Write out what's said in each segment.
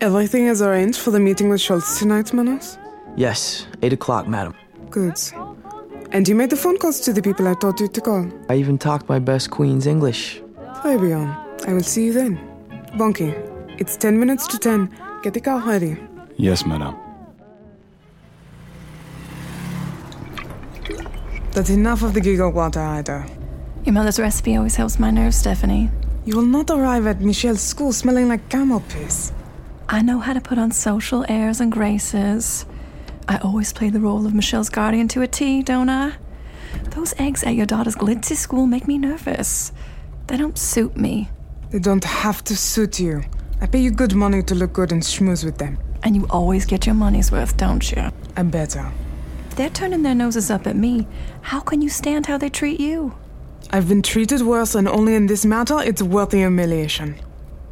Everything is arranged for the meeting with Schultz tonight, Manos? Yes, 8 o'clock, madam. Good. And you made the phone calls to the people I told you to call. I even talked my best Queen's English. Fabian, I will see you then. Bonky, it's 10 minutes to 10. Get the car ready. Yes, madam. That's enough of the giggle water, Ida. Your mother's recipe always helps my nerves, Stephanie. You will not arrive at Michelle's school smelling like camel piss. I know how to put on social airs and graces. I always play the role of Michelle's guardian to a T, don't I? Those eggs at your daughter's glitzy school make me nervous. They don't suit me. They don't have to suit you. I pay you good money to look good and schmooze with them. And you always get your money's worth, don't you? I better. They're turning their noses up at me. How can you stand how they treat you? I've been treated worse, and only in this matter, it's worth the humiliation.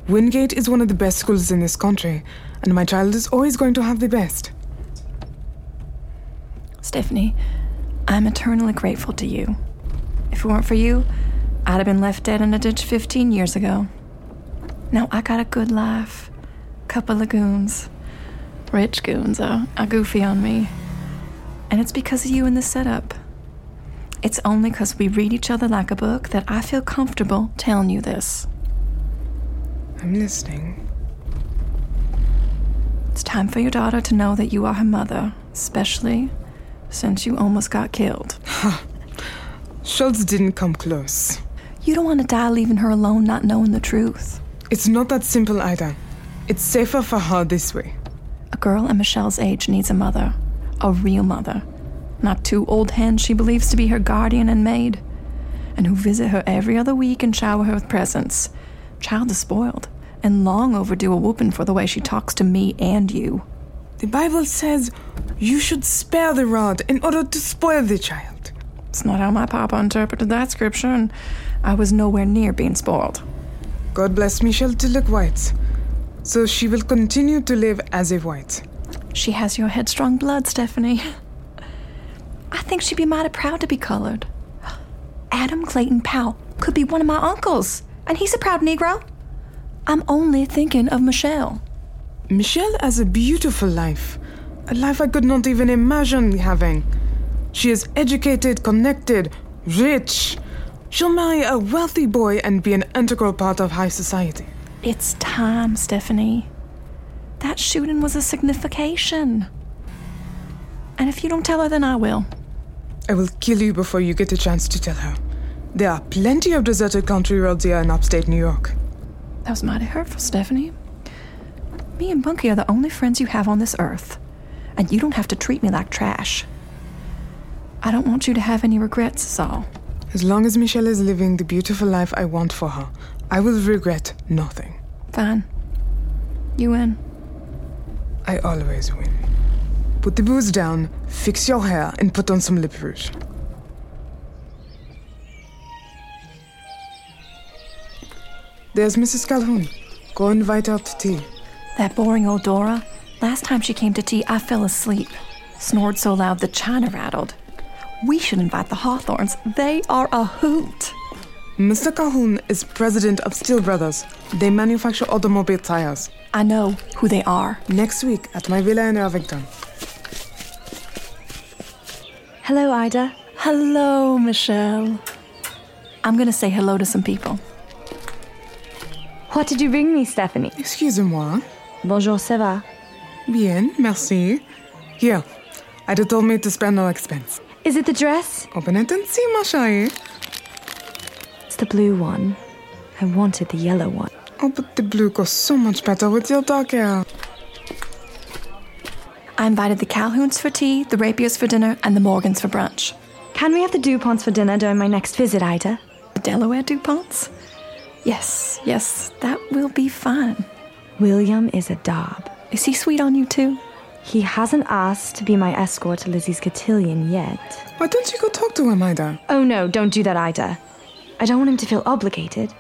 Wingate is one of the best schools in this country, and my child is always going to have the best. Stephanie, I'm eternally grateful to you. If it weren't for you, I'd have been left dead in a ditch 15 years ago. Now I got a good life. Couple of goons. Rich goons are, are goofy on me. And it's because of you and the setup. It's only because we read each other like a book that I feel comfortable telling you this. I'm listening. It's time for your daughter to know that you are her mother, especially since you almost got killed. Schultz didn't come close. You don't want to die leaving her alone not knowing the truth. It's not that simple, Ida. It's safer for her this way. A girl at Michelle's age needs a mother, a real mother, not two old hens she believes to be her guardian and maid, and who visit her every other week and shower her with presents. Child is spoiled and long overdue a whooping for the way she talks to me and you. The Bible says you should spare the rod in order to spoil the child. It's not how my papa interpreted that scripture, and I was nowhere near being spoiled. God bless Michelle to look white, so she will continue to live as a white. She has your headstrong blood, Stephanie. I think she'd be mighty proud to be colored. Adam Clayton Powell could be one of my uncles, and he's a proud Negro. I'm only thinking of Michelle. Michelle has a beautiful life, a life I could not even imagine having. She is educated, connected, rich. She'll marry a wealthy boy and be an integral part of high society. It's time, Stephanie. That shooting was a signification. And if you don't tell her, then I will. I will kill you before you get a chance to tell her. There are plenty of deserted country roads here in upstate New York. That was mighty hurtful, Stephanie. Me and Bunky are the only friends you have on this earth, and you don't have to treat me like trash. I don't want you to have any regrets, is all. As long as Michelle is living the beautiful life I want for her, I will regret nothing. Fine. You win. I always win. Put the booze down, fix your hair, and put on some lip rouge. There's Mrs. Calhoun. Go invite her to tea. That boring old Dora. Last time she came to tea, I fell asleep. Snored so loud the china rattled. We should invite the Hawthorns. They are a hoot. Mr. Calhoun is president of Steel Brothers. They manufacture automobile tires. I know who they are. Next week at my villa in Irvington. Hello, Ida. Hello, Michelle. I'm gonna say hello to some people. What did you bring me, Stephanie? Excusez-moi. Bonjour, ça va? Bien, merci. Here, Ida told me to spare no expense. Is it the dress? Open it and see, ma chérie. It's the blue one. I wanted the yellow one. Oh, but the blue goes so much better with your dark hair. I invited the Calhouns for tea, the Rapiers for dinner, and the Morgans for brunch. Can we have the DuPonts for dinner during my next visit, Ida? The Delaware DuPonts? Yes, yes, that will be fun. William is a dob. Is he sweet on you too? He hasn't asked to be my escort to Lizzie's cotillion yet. Why don't you go talk to him, Ida? Oh no, don't do that, Ida. I don't want him to feel obligated.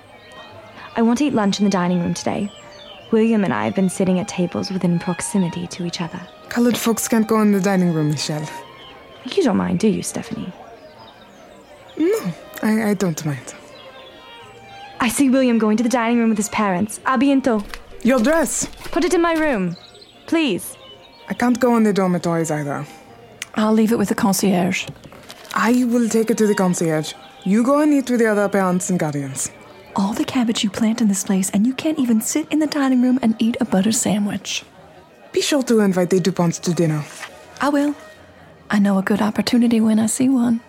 I want to eat lunch in the dining room today. William and I have been sitting at tables within proximity to each other. Colored folks can't go in the dining room, Michelle. You don't mind, do you, Stephanie? No, I, I don't mind. I see William going to the dining room with his parents. A bientôt. Your dress! Put it in my room. Please. I can't go in the dormitories either. I'll leave it with the concierge. I will take it to the concierge. You go and eat with the other parents and guardians. All the cabbage you plant in this place, and you can't even sit in the dining room and eat a butter sandwich. Be sure to invite the DuPonts to dinner. I will. I know a good opportunity when I see one.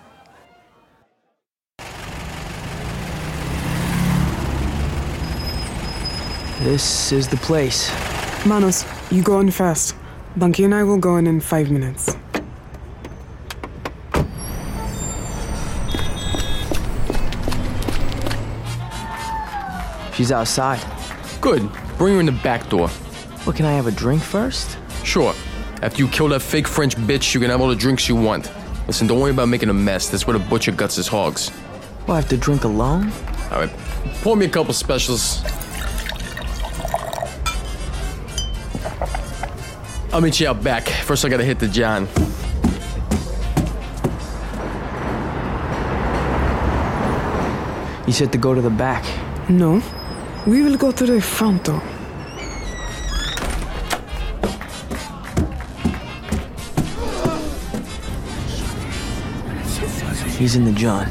This is the place. Manos, you go in first. Bunky and I will go in in five minutes. She's outside. Good. Bring her in the back door. Well, can I have a drink first? Sure. After you kill that fake French bitch, you can have all the drinks you want. Listen, don't worry about making a mess. That's where the butcher guts his hogs. Well, I have to drink alone? All right. Pour me a couple specials. I'll meet you out back. First, I gotta hit the John. You said to go to the back. No, we will go to the front door. He's in the John.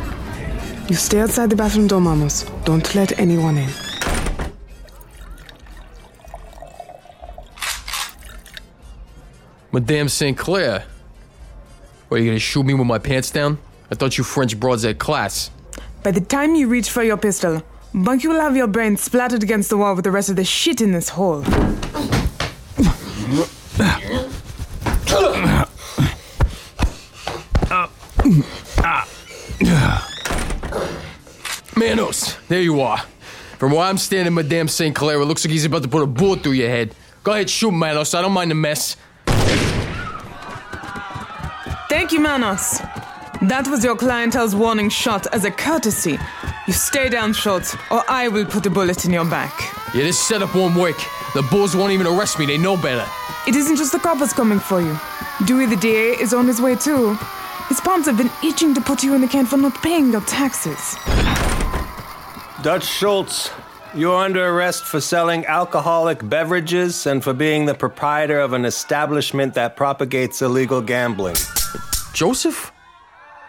You stay outside the bathroom door, Manos. Don't let anyone in. Madame St. Clair. What, are you gonna shoot me with my pants down? I thought you French broads had class. By the time you reach for your pistol, Bunky will have your brain splattered against the wall with the rest of the shit in this hole. Manos, there you are. From where I'm standing, Madame St. Clair, it looks like he's about to put a bullet through your head. Go ahead, shoot, Manos. I don't mind the mess. Thank you, Manos. That was your clientele's warning shot as a courtesy. You stay down short, or I will put a bullet in your back. Yeah, this setup won't work. The bulls won't even arrest me. They know better. It isn't just the coppers coming for you. Dewey the DA is on his way too. His pawns have been itching to put you in the can for not paying your taxes. Dutch Schultz, you're under arrest for selling alcoholic beverages and for being the proprietor of an establishment that propagates illegal gambling. Joseph?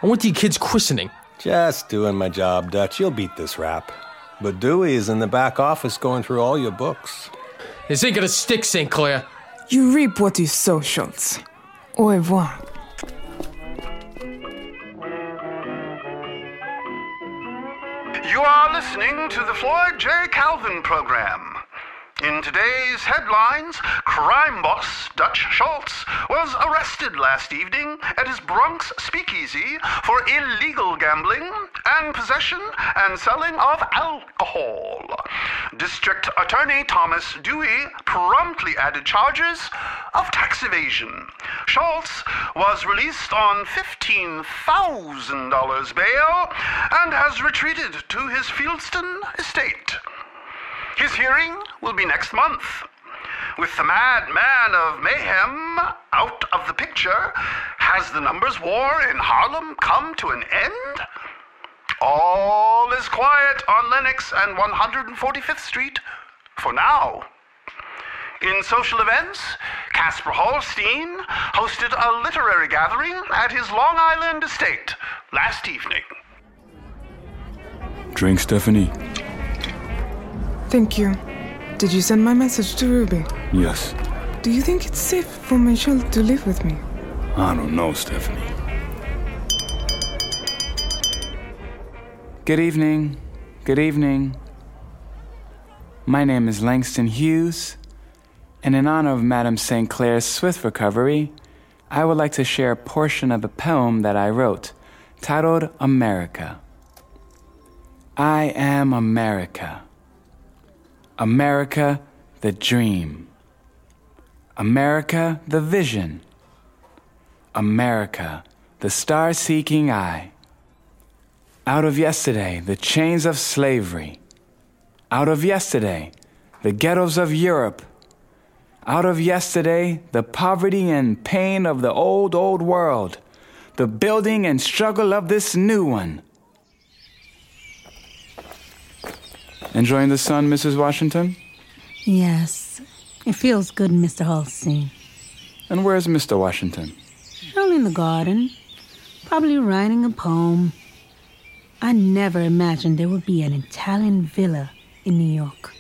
I went to your kid's christening. Just doing my job, Dutch. You'll beat this rap. But Dewey is in the back office going through all your books. This ain't gonna stick, St. Clair. You reap what you sow, Schultz. Au revoir. You are listening to the Floyd J. Calvin program. In today's headlines, crime boss Dutch Schultz was arrested last evening at his Bronx speakeasy for illegal gambling and possession and selling of alcohol. District Attorney Thomas Dewey promptly added charges of tax evasion. Schultz was released on $15,000 bail and has retreated to his Fieldston estate. His hearing will be next month. With the madman of mayhem out of the picture, has the numbers war in Harlem come to an end? All is quiet on Lenox and 145th Street for now. In social events, Casper Holstein hosted a literary gathering at his Long Island estate last evening. Drink, Stephanie. Thank you. Did you send my message to Ruby? Yes. Do you think it's safe for Michelle to live with me? I don't know, Stephanie. Good evening. Good evening. My name is Langston Hughes, and in honor of Madame St. Clair's swift recovery, I would like to share a portion of a poem that I wrote titled America. I am America. America, the dream. America, the vision. America, the star seeking eye. Out of yesterday, the chains of slavery. Out of yesterday, the ghettos of Europe. Out of yesterday, the poverty and pain of the old, old world. The building and struggle of this new one. Enjoying the sun, Mrs. Washington? Yes. It feels good, Mr. Halstein. And where's Mr. Washington? Down in the garden, probably writing a poem. I never imagined there would be an Italian villa in New York.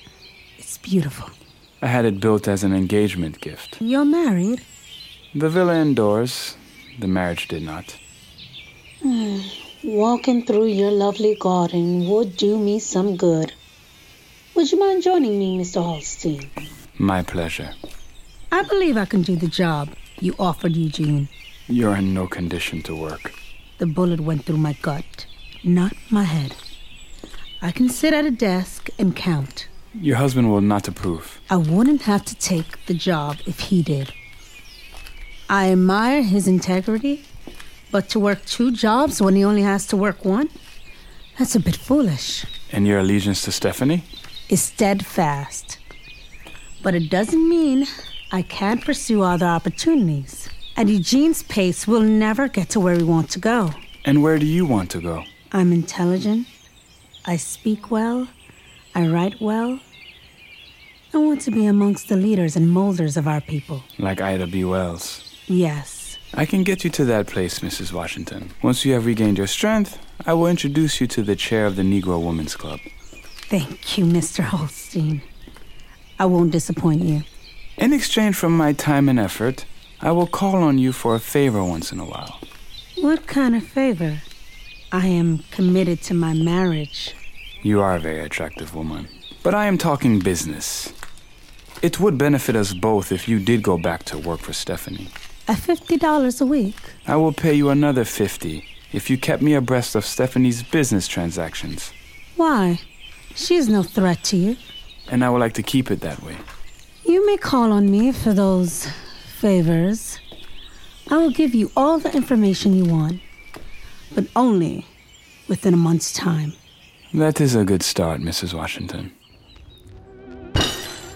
It's beautiful. I had it built as an engagement gift. You're married? The villa indoors, the marriage did not. Hmm. Walking through your lovely garden would do me some good. Would you mind joining me, Mr. Halstein? My pleasure. I believe I can do the job you offered Eugene. You're in no condition to work. The bullet went through my gut, not my head. I can sit at a desk and count. Your husband will not approve. I wouldn't have to take the job if he did. I admire his integrity, but to work two jobs when he only has to work one? That's a bit foolish. And your allegiance to Stephanie? Is steadfast. But it doesn't mean I can't pursue other opportunities. At Eugene's pace, we'll never get to where we want to go. And where do you want to go? I'm intelligent. I speak well. I write well. I want to be amongst the leaders and molders of our people. Like Ida B. Wells. Yes. I can get you to that place, Mrs. Washington. Once you have regained your strength, I will introduce you to the chair of the Negro Women's Club. Thank you, Mr. Holstein. I won't disappoint you. In exchange for my time and effort, I will call on you for a favor once in a while. What kind of favor? I am committed to my marriage. You are a very attractive woman. But I am talking business. It would benefit us both if you did go back to work for Stephanie. At $50 a week? I will pay you another 50 if you kept me abreast of Stephanie's business transactions. Why? She is no threat to you. And I would like to keep it that way. You may call on me for those favors. I will give you all the information you want, but only within a month's time. That is a good start, Mrs. Washington.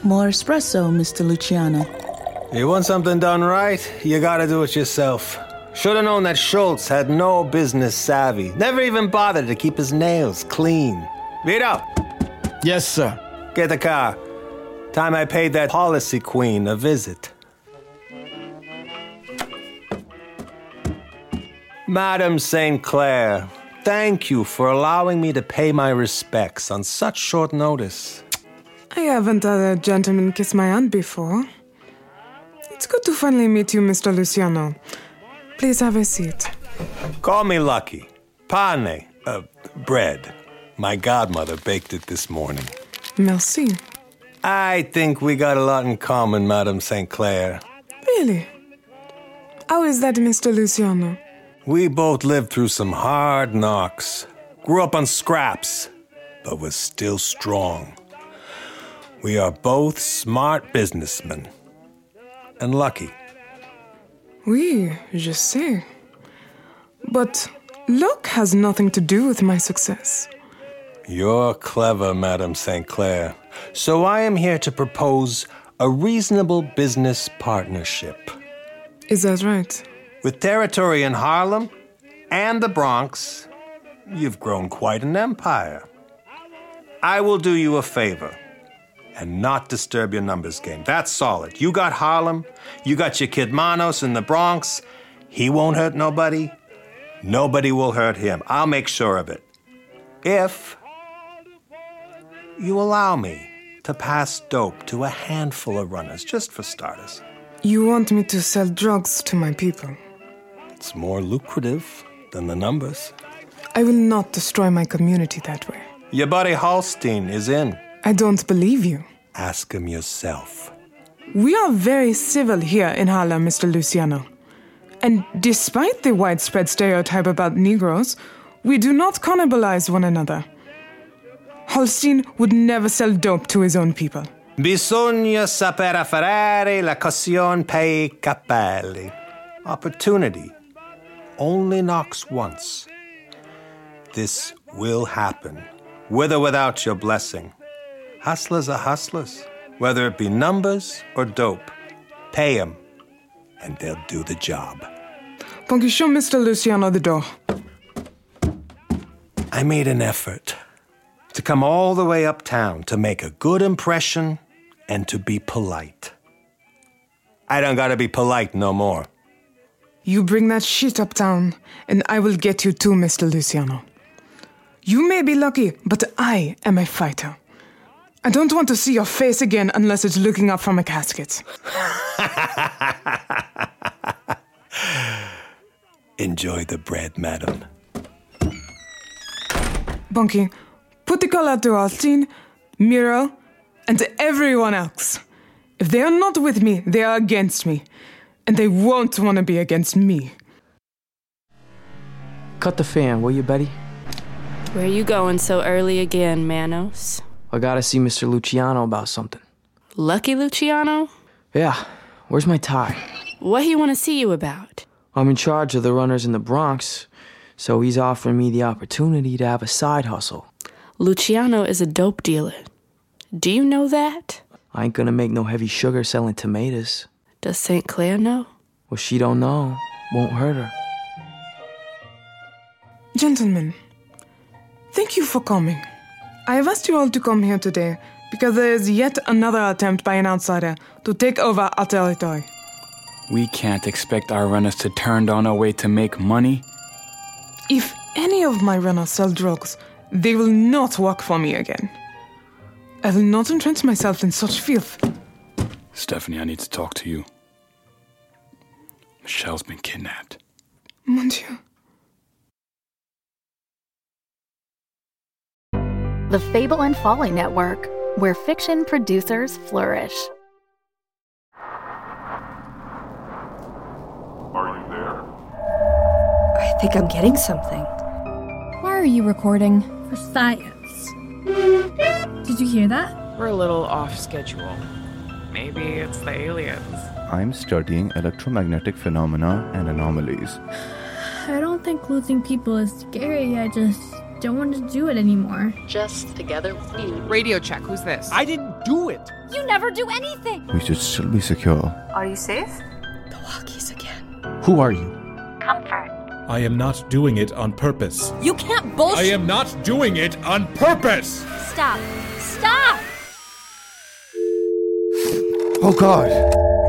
More espresso, Mr. Luciano. You want something done right? You gotta do it yourself. Should have known that Schultz had no business savvy. Never even bothered to keep his nails clean. Vito! Yes, sir. Get the car. Time I paid that policy queen a visit. Madam St. Clair, thank you for allowing me to pay my respects on such short notice. I haven't had a gentleman kiss my hand before. It's good to finally meet you, Mr. Luciano. Please have a seat. Call me lucky. Pane, uh, bread. My godmother baked it this morning. Merci. I think we got a lot in common, Madame St. Clair. Really? How is that, Mr. Luciano? We both lived through some hard knocks, grew up on scraps, but was still strong. We are both smart businessmen and lucky. Oui, je sais. But luck has nothing to do with my success. You're clever, Madame St. Clair. So I am here to propose a reasonable business partnership. Is that right? With territory in Harlem and the Bronx, you've grown quite an empire. I will do you a favor and not disturb your numbers game. That's solid. You got Harlem, you got your kid Manos in the Bronx. He won't hurt nobody, nobody will hurt him. I'll make sure of it. If you allow me to pass dope to a handful of runners, just for starters. You want me to sell drugs to my people? It's more lucrative than the numbers. I will not destroy my community that way. Your buddy Halstein is in. I don't believe you. Ask him yourself. We are very civil here in Harlem, Mr. Luciano. And despite the widespread stereotype about Negroes, we do not cannibalize one another. Holstein would never sell dope to his own people. Bisogna saper afferrare la caution per capelli. Opportunity only knocks once. This will happen, with or without your blessing. Hustlers are hustlers, whether it be numbers or dope. Pay 'em, and they'll do the job. Punky, show Mr. Luciano the door. I made an effort to come all the way uptown to make a good impression and to be polite. I don't gotta be polite no more. You bring that shit uptown, and I will get you too, Mr. Luciano. You may be lucky, but I am a fighter. I don't want to see your face again unless it's looking up from a casket. Enjoy the bread, madam. Bunky, put the call out to Alstine, Miro, and to everyone else. If they are not with me, they are against me. And they won't want to be against me. Cut the fan, will you, Betty? Where you going so early again, Manos? I gotta see Mr. Luciano about something. Lucky Luciano? Yeah, where's my tie? What he want to see you about? I'm in charge of the runners in the Bronx, so he's offering me the opportunity to have a side hustle. Luciano is a dope dealer. Do you know that? I ain't gonna make no heavy sugar selling tomatoes. Does St. Clair know? Well, she don't know. Won't hurt her. Gentlemen, thank you for coming. I have asked you all to come here today because there is yet another attempt by an outsider to take over our territory. We can't expect our runners to turn down our way to make money. If any of my runners sell drugs, they will not work for me again. I will not entrench myself in such filth. Stephanie, I need to talk to you. Michelle's been kidnapped. Mon Dieu. The Fable and Folly Network, where fiction producers flourish. Are you there? I think I'm getting something. Why are you recording? For science. Did you hear that? We're a little off schedule. Maybe it's the aliens. I'm studying electromagnetic phenomena and anomalies. I don't think losing people is scary. I just don't want to do it anymore. Just together. Radio check, who's this? I didn't do it. You never do anything. We should still be secure. Are you safe? Who are you? Comfort. I am not doing it on purpose. You can't bullshit. I am not doing it on purpose! Stop. Stop. Oh god!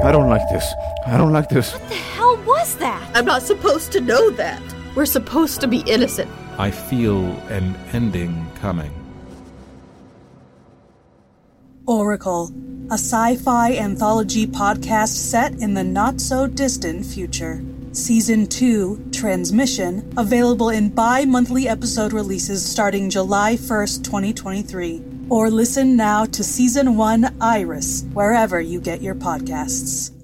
I don't like this. I don't like this. hell was that? I'm not supposed to know that. We're supposed to be innocent. I feel an ending coming. Oracle, a sci fi anthology podcast set in the not so distant future. Season 2, Transmission, available in bi monthly episode releases starting July 1st, 2023. Or listen now to Season 1, Iris, wherever you get your podcasts.